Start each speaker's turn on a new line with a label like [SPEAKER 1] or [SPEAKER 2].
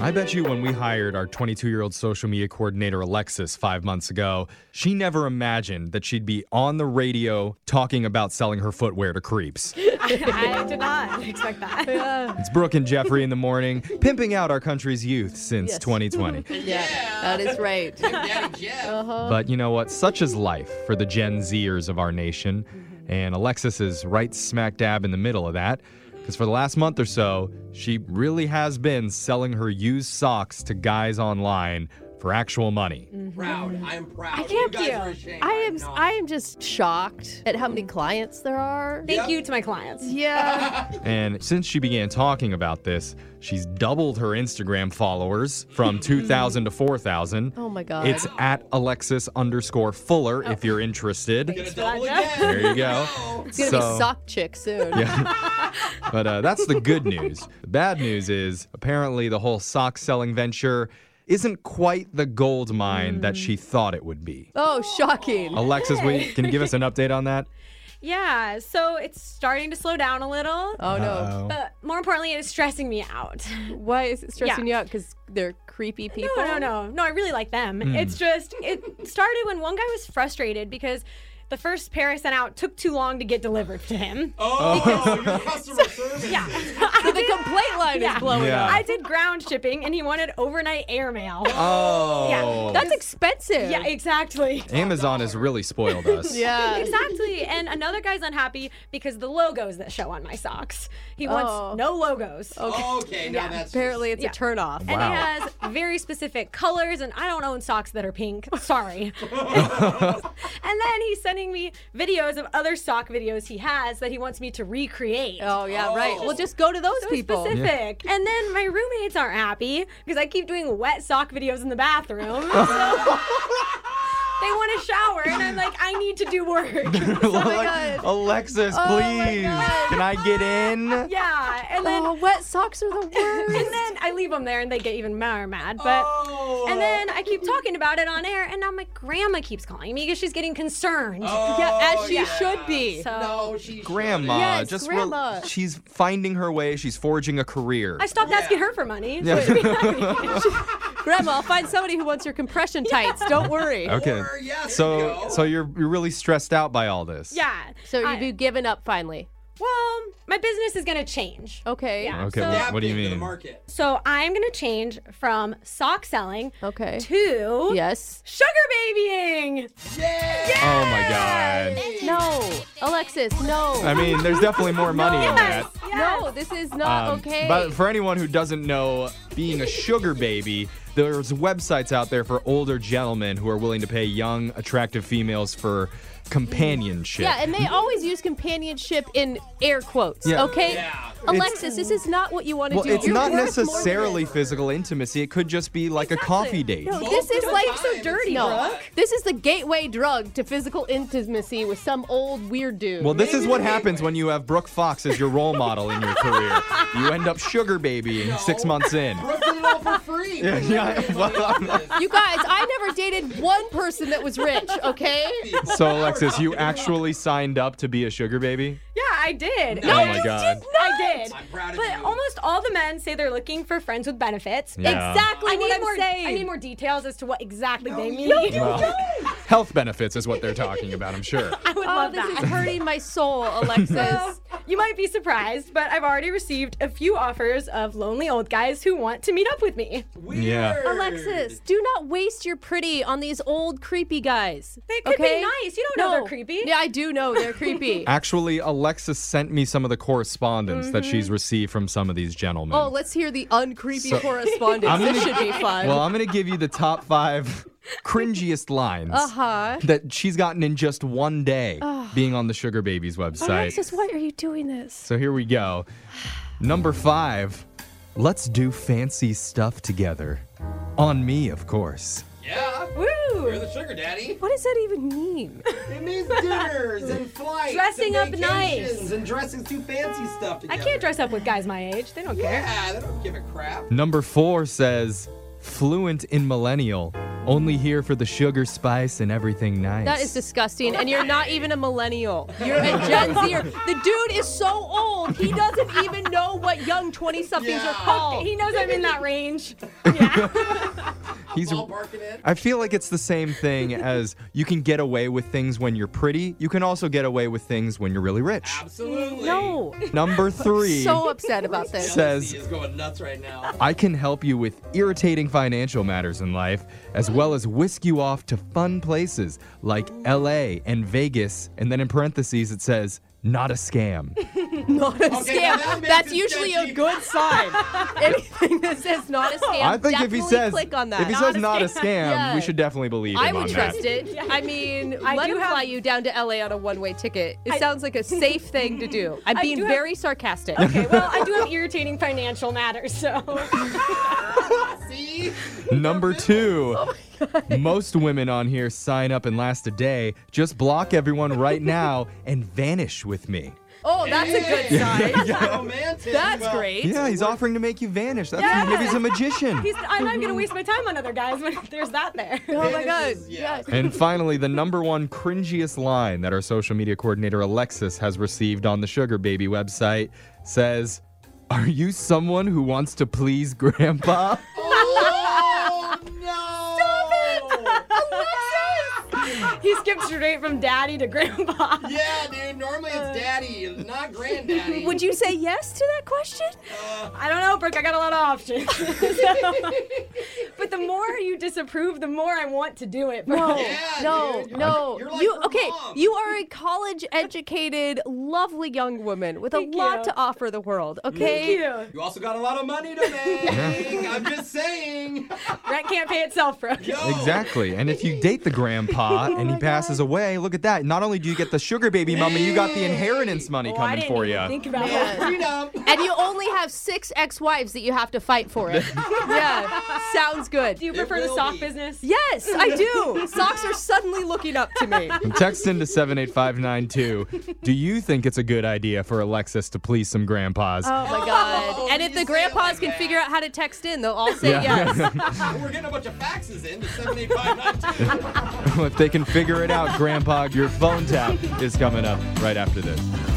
[SPEAKER 1] I bet you when we hired our 22 year old social media coordinator, Alexis, five months ago, she never imagined that she'd be on the radio talking about selling her footwear to creeps.
[SPEAKER 2] I, did not expect that.
[SPEAKER 1] It's Brooke and Jeffrey in the morning, pimping out our country's youth since
[SPEAKER 3] Yes.
[SPEAKER 1] 2020.
[SPEAKER 3] Yeah, that is right.
[SPEAKER 4] Daddy Jeff.
[SPEAKER 1] but you know what? Such is life for the Gen Zers of our nation. And Alexis is right smack dab in the middle of that. Because for the last month or so, she really has been selling her used socks to guys online for actual money.
[SPEAKER 4] proud. I am proud.
[SPEAKER 2] Mm-hmm. I can't
[SPEAKER 4] you. Guys are
[SPEAKER 2] you.
[SPEAKER 4] ashamed.
[SPEAKER 3] I am
[SPEAKER 4] not.
[SPEAKER 3] I am just shocked at how many clients there are.
[SPEAKER 2] Thank you to my clients.
[SPEAKER 3] Yeah.
[SPEAKER 1] And since she began talking about this, she's doubled her Instagram followers from 2,000 to 4,000.
[SPEAKER 3] Oh my god.
[SPEAKER 1] It's at Alexis underscore Fuller if you're
[SPEAKER 4] Gonna
[SPEAKER 1] interested.
[SPEAKER 4] double
[SPEAKER 2] Roger.
[SPEAKER 4] again.
[SPEAKER 1] There you go.
[SPEAKER 4] No.
[SPEAKER 3] it's gonna be sock chick soon.
[SPEAKER 1] But uh, that's the good news. The bad news is apparently the whole sock selling venture isn't quite the gold mine that she thought it would be.
[SPEAKER 3] Mm. Oh, shocking.
[SPEAKER 1] Alexis, we, can you give us an update on that?
[SPEAKER 2] Yeah, so it's starting to slow down a little.
[SPEAKER 3] Oh no.
[SPEAKER 1] Uh-oh.
[SPEAKER 2] But more importantly, it is stressing me out.
[SPEAKER 3] Why is it stressing
[SPEAKER 2] Yeah.
[SPEAKER 3] you out? Because they're creepy people.
[SPEAKER 2] No, no, no. No, I really like them. It's just, it started when one guy was frustrated because the first pair I sent out took too long to get delivered to him.
[SPEAKER 4] Oh, your customer service.
[SPEAKER 2] Yeah.
[SPEAKER 3] So the complaint line
[SPEAKER 2] Yeah.
[SPEAKER 3] is blowing
[SPEAKER 1] Yeah.
[SPEAKER 3] up.
[SPEAKER 2] I did ground shipping and he wanted overnight air mail.
[SPEAKER 1] Oh.
[SPEAKER 2] Yeah,
[SPEAKER 3] That's expensive.
[SPEAKER 2] Yeah, exactly.
[SPEAKER 1] Amazon has really spoiled us.
[SPEAKER 2] Uh,
[SPEAKER 3] Yeah.
[SPEAKER 2] Exactly. And another guy's unhappy because the logos that show on my socks. He wants
[SPEAKER 3] Oh.
[SPEAKER 2] no logos.
[SPEAKER 4] Okay, now
[SPEAKER 2] Yeah.
[SPEAKER 4] that's
[SPEAKER 3] Apparently, it's
[SPEAKER 2] Yeah.
[SPEAKER 3] a turnoff.
[SPEAKER 2] And
[SPEAKER 1] Wow.
[SPEAKER 2] he has very specific colors, and I don't own socks that are pink. Sorry. and then he's sending me videos of other sock videos he has that he wants me to recreate.
[SPEAKER 3] Oh yeah, right.
[SPEAKER 4] Oh.
[SPEAKER 3] Well, just go to those
[SPEAKER 2] So
[SPEAKER 3] people.
[SPEAKER 2] specific. And then my roommates aren't happy because I keep doing wet sock videos in the bathroom. So they want a shower, and I'm like, I need to do work.
[SPEAKER 3] Oh
[SPEAKER 1] Like, Alexis, please,
[SPEAKER 3] God.
[SPEAKER 1] can I get in?
[SPEAKER 2] Yeah, and then
[SPEAKER 3] Oh, wet socks are the worst.
[SPEAKER 2] and then I leave them there, and they get even more mad. But
[SPEAKER 4] Oh.
[SPEAKER 2] and then I keep talking about it on air, and now my grandma keeps calling me because she's getting concerned.
[SPEAKER 4] Oh,
[SPEAKER 3] yeah, as she
[SPEAKER 4] yeah.
[SPEAKER 3] should be.
[SPEAKER 2] So
[SPEAKER 4] No, she
[SPEAKER 1] Grandma,
[SPEAKER 3] Yes,
[SPEAKER 1] just
[SPEAKER 3] grandma.
[SPEAKER 1] she's finding her way. She's forging a career.
[SPEAKER 2] I stopped
[SPEAKER 4] Yeah.
[SPEAKER 2] asking her for money.
[SPEAKER 3] Grandma, I'll find somebody who wants your compression tights. Don't worry.
[SPEAKER 1] okay.
[SPEAKER 4] Or, yes, you
[SPEAKER 1] So,
[SPEAKER 4] know.
[SPEAKER 1] so you're you're really stressed out by all this.
[SPEAKER 2] yeah.
[SPEAKER 3] So
[SPEAKER 2] I-
[SPEAKER 3] you've given up finally.
[SPEAKER 2] well, my business is gonna change.
[SPEAKER 3] Okay.
[SPEAKER 2] Yeah.
[SPEAKER 1] Okay.
[SPEAKER 2] So-
[SPEAKER 1] wh- what do you
[SPEAKER 4] Adapting to The
[SPEAKER 1] mean?
[SPEAKER 4] market.
[SPEAKER 2] So I'm gonna change from sock selling
[SPEAKER 3] Okay.
[SPEAKER 2] to
[SPEAKER 3] Yes.
[SPEAKER 2] sugar babying.
[SPEAKER 4] Yeah.
[SPEAKER 1] Oh my god.
[SPEAKER 3] No, Alexis. No.
[SPEAKER 1] I mean, there's definitely more money in that.
[SPEAKER 3] no, this is not
[SPEAKER 1] Um,
[SPEAKER 3] okay.
[SPEAKER 1] But for anyone who doesn't know, being a sugar baby, there's websites out there for older gentlemen who are willing to pay young, attractive females for companionship.
[SPEAKER 3] yeah, and they always use companionship in air quotes.
[SPEAKER 1] Yeah.
[SPEAKER 3] Okay.
[SPEAKER 4] Yeah.
[SPEAKER 3] Alexis, this is not what you want to
[SPEAKER 1] Well,
[SPEAKER 3] do.
[SPEAKER 1] it's
[SPEAKER 3] You're
[SPEAKER 1] not
[SPEAKER 3] worth more than
[SPEAKER 1] necessarily
[SPEAKER 3] this.
[SPEAKER 1] physical intimacy. It could just be like a coffee date.
[SPEAKER 3] No,
[SPEAKER 4] Most
[SPEAKER 3] this
[SPEAKER 4] of
[SPEAKER 3] is
[SPEAKER 4] the
[SPEAKER 3] like
[SPEAKER 4] time,
[SPEAKER 3] so
[SPEAKER 4] it's
[SPEAKER 3] dirty.
[SPEAKER 4] not.
[SPEAKER 3] This is the gateway drug to physical intimacy with some old weird dude.
[SPEAKER 1] Well, this is
[SPEAKER 4] Maybe
[SPEAKER 1] what
[SPEAKER 4] the
[SPEAKER 1] happens
[SPEAKER 4] gateway.
[SPEAKER 1] when you have Brooke Fox as your role model in your career. You end up sugar babying six
[SPEAKER 4] No.
[SPEAKER 1] months in.
[SPEAKER 4] Brooke did it all for free.
[SPEAKER 1] Yeah, yeah, well,
[SPEAKER 3] you guys, I never dated one person that was rich. Okay.
[SPEAKER 1] so, Alexis, you actually signed up to be a sugar baby?
[SPEAKER 2] Yeah, I did.
[SPEAKER 4] No,
[SPEAKER 1] oh
[SPEAKER 4] you
[SPEAKER 1] my
[SPEAKER 4] did
[SPEAKER 1] God.
[SPEAKER 2] I did.
[SPEAKER 4] I'm proud of
[SPEAKER 2] but
[SPEAKER 4] you.
[SPEAKER 2] almost all the men say they're looking for friends with benefits.
[SPEAKER 1] Yeah.
[SPEAKER 3] Exactly
[SPEAKER 2] I
[SPEAKER 3] what
[SPEAKER 2] need
[SPEAKER 3] I'm
[SPEAKER 2] more.
[SPEAKER 3] saying.
[SPEAKER 2] I need more details as to what exactly they mean.
[SPEAKER 1] Well, health benefits is what they're talking about, I'm sure.
[SPEAKER 2] I would
[SPEAKER 3] Oh,
[SPEAKER 2] love
[SPEAKER 3] this
[SPEAKER 2] that.
[SPEAKER 3] is hurting my soul, Alexis.
[SPEAKER 2] you might be surprised, but I've already received a few offers of lonely old guys who want to meet up with me.
[SPEAKER 4] Weird.
[SPEAKER 1] Yeah.
[SPEAKER 3] Alexis, do not waste your pretty on these old creepy guys.
[SPEAKER 2] They could be nice. You don't know
[SPEAKER 3] No.
[SPEAKER 2] they're creepy.
[SPEAKER 3] Yeah, I do know they're creepy.
[SPEAKER 1] Actually, Alexis sent me some of the correspondence that she's received from some of these gentlemen.
[SPEAKER 3] Mm-hmm. oh, let's hear the uncreepy
[SPEAKER 1] So-
[SPEAKER 3] correspondence.
[SPEAKER 1] I'm
[SPEAKER 3] this
[SPEAKER 1] gonna-
[SPEAKER 3] should be fun.
[SPEAKER 1] well, I'm going to give you the top five cringiest lines
[SPEAKER 3] uh huh.
[SPEAKER 1] that she's gotten in just one day being on the Sugar Babies
[SPEAKER 3] Oh,
[SPEAKER 1] website.
[SPEAKER 3] Alexis, why are you doing this?
[SPEAKER 1] So here we go. Number five, let's do fancy stuff together. On me, of course.
[SPEAKER 4] Yeah. You're
[SPEAKER 2] Woo!
[SPEAKER 4] the sugar daddy.
[SPEAKER 3] What does that even mean?
[SPEAKER 4] It means dinners and flights.
[SPEAKER 2] Dressing up
[SPEAKER 4] and
[SPEAKER 2] nice.
[SPEAKER 4] vacations And dressing too fancy stuff
[SPEAKER 2] I
[SPEAKER 4] together.
[SPEAKER 2] can't dress up with guys my age. They don't care.
[SPEAKER 4] Yeah, they don't give a crap.
[SPEAKER 1] Number four says, fluent in millennial, Only here for the sugar, spice, and everything nice.
[SPEAKER 3] That is disgusting. And you're not even a millennial. You're a Gen Zer. The dude is so old, he doesn't even know what young 20 somethings
[SPEAKER 4] Yeah.
[SPEAKER 3] are called.
[SPEAKER 2] He knows I'm in that range.
[SPEAKER 1] He's.
[SPEAKER 4] Ballparking it.
[SPEAKER 1] I feel like it's the same thing as you can get away with things when you're pretty. You can also get away with things when you're really rich.
[SPEAKER 4] Absolutely.
[SPEAKER 3] no.
[SPEAKER 1] Number three.
[SPEAKER 3] So upset about this.
[SPEAKER 1] Says-
[SPEAKER 4] Jealousy is going nuts right now.
[SPEAKER 1] I can help you with irritating financial matters in life, as well as whisk you off to fun places like LA and Vegas. And then in parentheses, it says, not a scam.
[SPEAKER 3] Not a
[SPEAKER 4] Okay, now that
[SPEAKER 3] scam.
[SPEAKER 4] makes
[SPEAKER 3] That's
[SPEAKER 4] it
[SPEAKER 3] usually
[SPEAKER 4] sketchy.
[SPEAKER 3] a good sign. Anything that says not a scam,
[SPEAKER 1] I think if
[SPEAKER 3] definitely
[SPEAKER 1] he says,
[SPEAKER 3] click on that.
[SPEAKER 1] if he
[SPEAKER 3] Not
[SPEAKER 1] says
[SPEAKER 3] a
[SPEAKER 1] not a
[SPEAKER 3] scam.
[SPEAKER 1] scam,
[SPEAKER 3] Yeah.
[SPEAKER 1] we should definitely believe him
[SPEAKER 3] I would
[SPEAKER 1] on
[SPEAKER 3] trust
[SPEAKER 1] that.
[SPEAKER 3] it. I mean,
[SPEAKER 2] I
[SPEAKER 3] let
[SPEAKER 2] do
[SPEAKER 3] him
[SPEAKER 2] have-
[SPEAKER 3] fly you down to LA on a one-way ticket. It
[SPEAKER 2] I-
[SPEAKER 3] sounds like a safe thing to do. I'm
[SPEAKER 2] I
[SPEAKER 3] being
[SPEAKER 2] do have-
[SPEAKER 3] very sarcastic.
[SPEAKER 2] Okay, well, I do have irritating financial matters, so.
[SPEAKER 4] See?
[SPEAKER 1] Number two,
[SPEAKER 3] Oh
[SPEAKER 1] most women on here sign up and last a day. Just block everyone right now and vanish with me.
[SPEAKER 3] Oh, that's a good sign.
[SPEAKER 4] Romantic.
[SPEAKER 3] That's
[SPEAKER 4] Well,
[SPEAKER 3] great.
[SPEAKER 1] Yeah, he's offering to make you vanish. That's
[SPEAKER 2] Yeah.
[SPEAKER 1] maybe he's a magician.
[SPEAKER 2] He's, I'm not gonna waste my time on other guys when there's that there.
[SPEAKER 3] Oh my god.
[SPEAKER 4] This is- yeah.
[SPEAKER 3] Yes.
[SPEAKER 1] And finally, the number one cringiest line that our social media coordinator Alexis has received on the Sugar Baby website says, Are you someone who wants to please grandpa?
[SPEAKER 4] Oh, no.
[SPEAKER 2] He skipped straight from daddy to grandpa.
[SPEAKER 4] Yeah, dude. Normally it's daddy, not granddaddy.
[SPEAKER 3] Would you say yes to that question?
[SPEAKER 2] I don't know, Brooke. I got a lot of options. So- but the more you disapprove, the more I want to do it. Brooke.
[SPEAKER 3] No,
[SPEAKER 4] Uh, Yeah,
[SPEAKER 3] no,
[SPEAKER 4] dude.
[SPEAKER 3] no.
[SPEAKER 4] You're like
[SPEAKER 3] you
[SPEAKER 4] her
[SPEAKER 3] okay?
[SPEAKER 4] mom.
[SPEAKER 3] You are a college-educated, lovely young woman with
[SPEAKER 2] Thank
[SPEAKER 3] a lot
[SPEAKER 2] you.
[SPEAKER 3] to offer the world.
[SPEAKER 2] Thank
[SPEAKER 3] Okay.
[SPEAKER 2] you.
[SPEAKER 4] You also got a lot of money to make. I'm just saying.
[SPEAKER 2] Rent can't pay itself, Brooke.
[SPEAKER 4] Yo.
[SPEAKER 1] Exactly. And if you date the grandpa
[SPEAKER 2] Oh
[SPEAKER 1] and he passes away, look at that. Not only do you get the Sugar Baby money, you got the inheritance money
[SPEAKER 2] Oh, I
[SPEAKER 1] coming
[SPEAKER 2] didn't
[SPEAKER 1] for
[SPEAKER 2] even
[SPEAKER 1] you.
[SPEAKER 2] Think about
[SPEAKER 4] Yeah,
[SPEAKER 2] that.
[SPEAKER 4] freedom.
[SPEAKER 3] And you only have six ex-wives that you have to fight for it. yeah, sounds good.
[SPEAKER 2] Do you prefer the
[SPEAKER 4] will
[SPEAKER 2] sock
[SPEAKER 4] be.
[SPEAKER 2] business?
[SPEAKER 3] Yes, I do. Socks are suddenly looking up to me.
[SPEAKER 1] Text into 78592. Do you think it's a good idea for Alexis to please some grandpas?
[SPEAKER 3] Oh my god.
[SPEAKER 4] Oh,
[SPEAKER 3] and if
[SPEAKER 4] you
[SPEAKER 3] the
[SPEAKER 4] say it
[SPEAKER 3] grandpas
[SPEAKER 4] like
[SPEAKER 3] can
[SPEAKER 4] that.
[SPEAKER 3] figure out how to text in, they'll all say yes.
[SPEAKER 4] We're getting a bunch of faxes in to 78592.
[SPEAKER 1] if they can figure it out, grandpa, your phone tap is coming up right after this.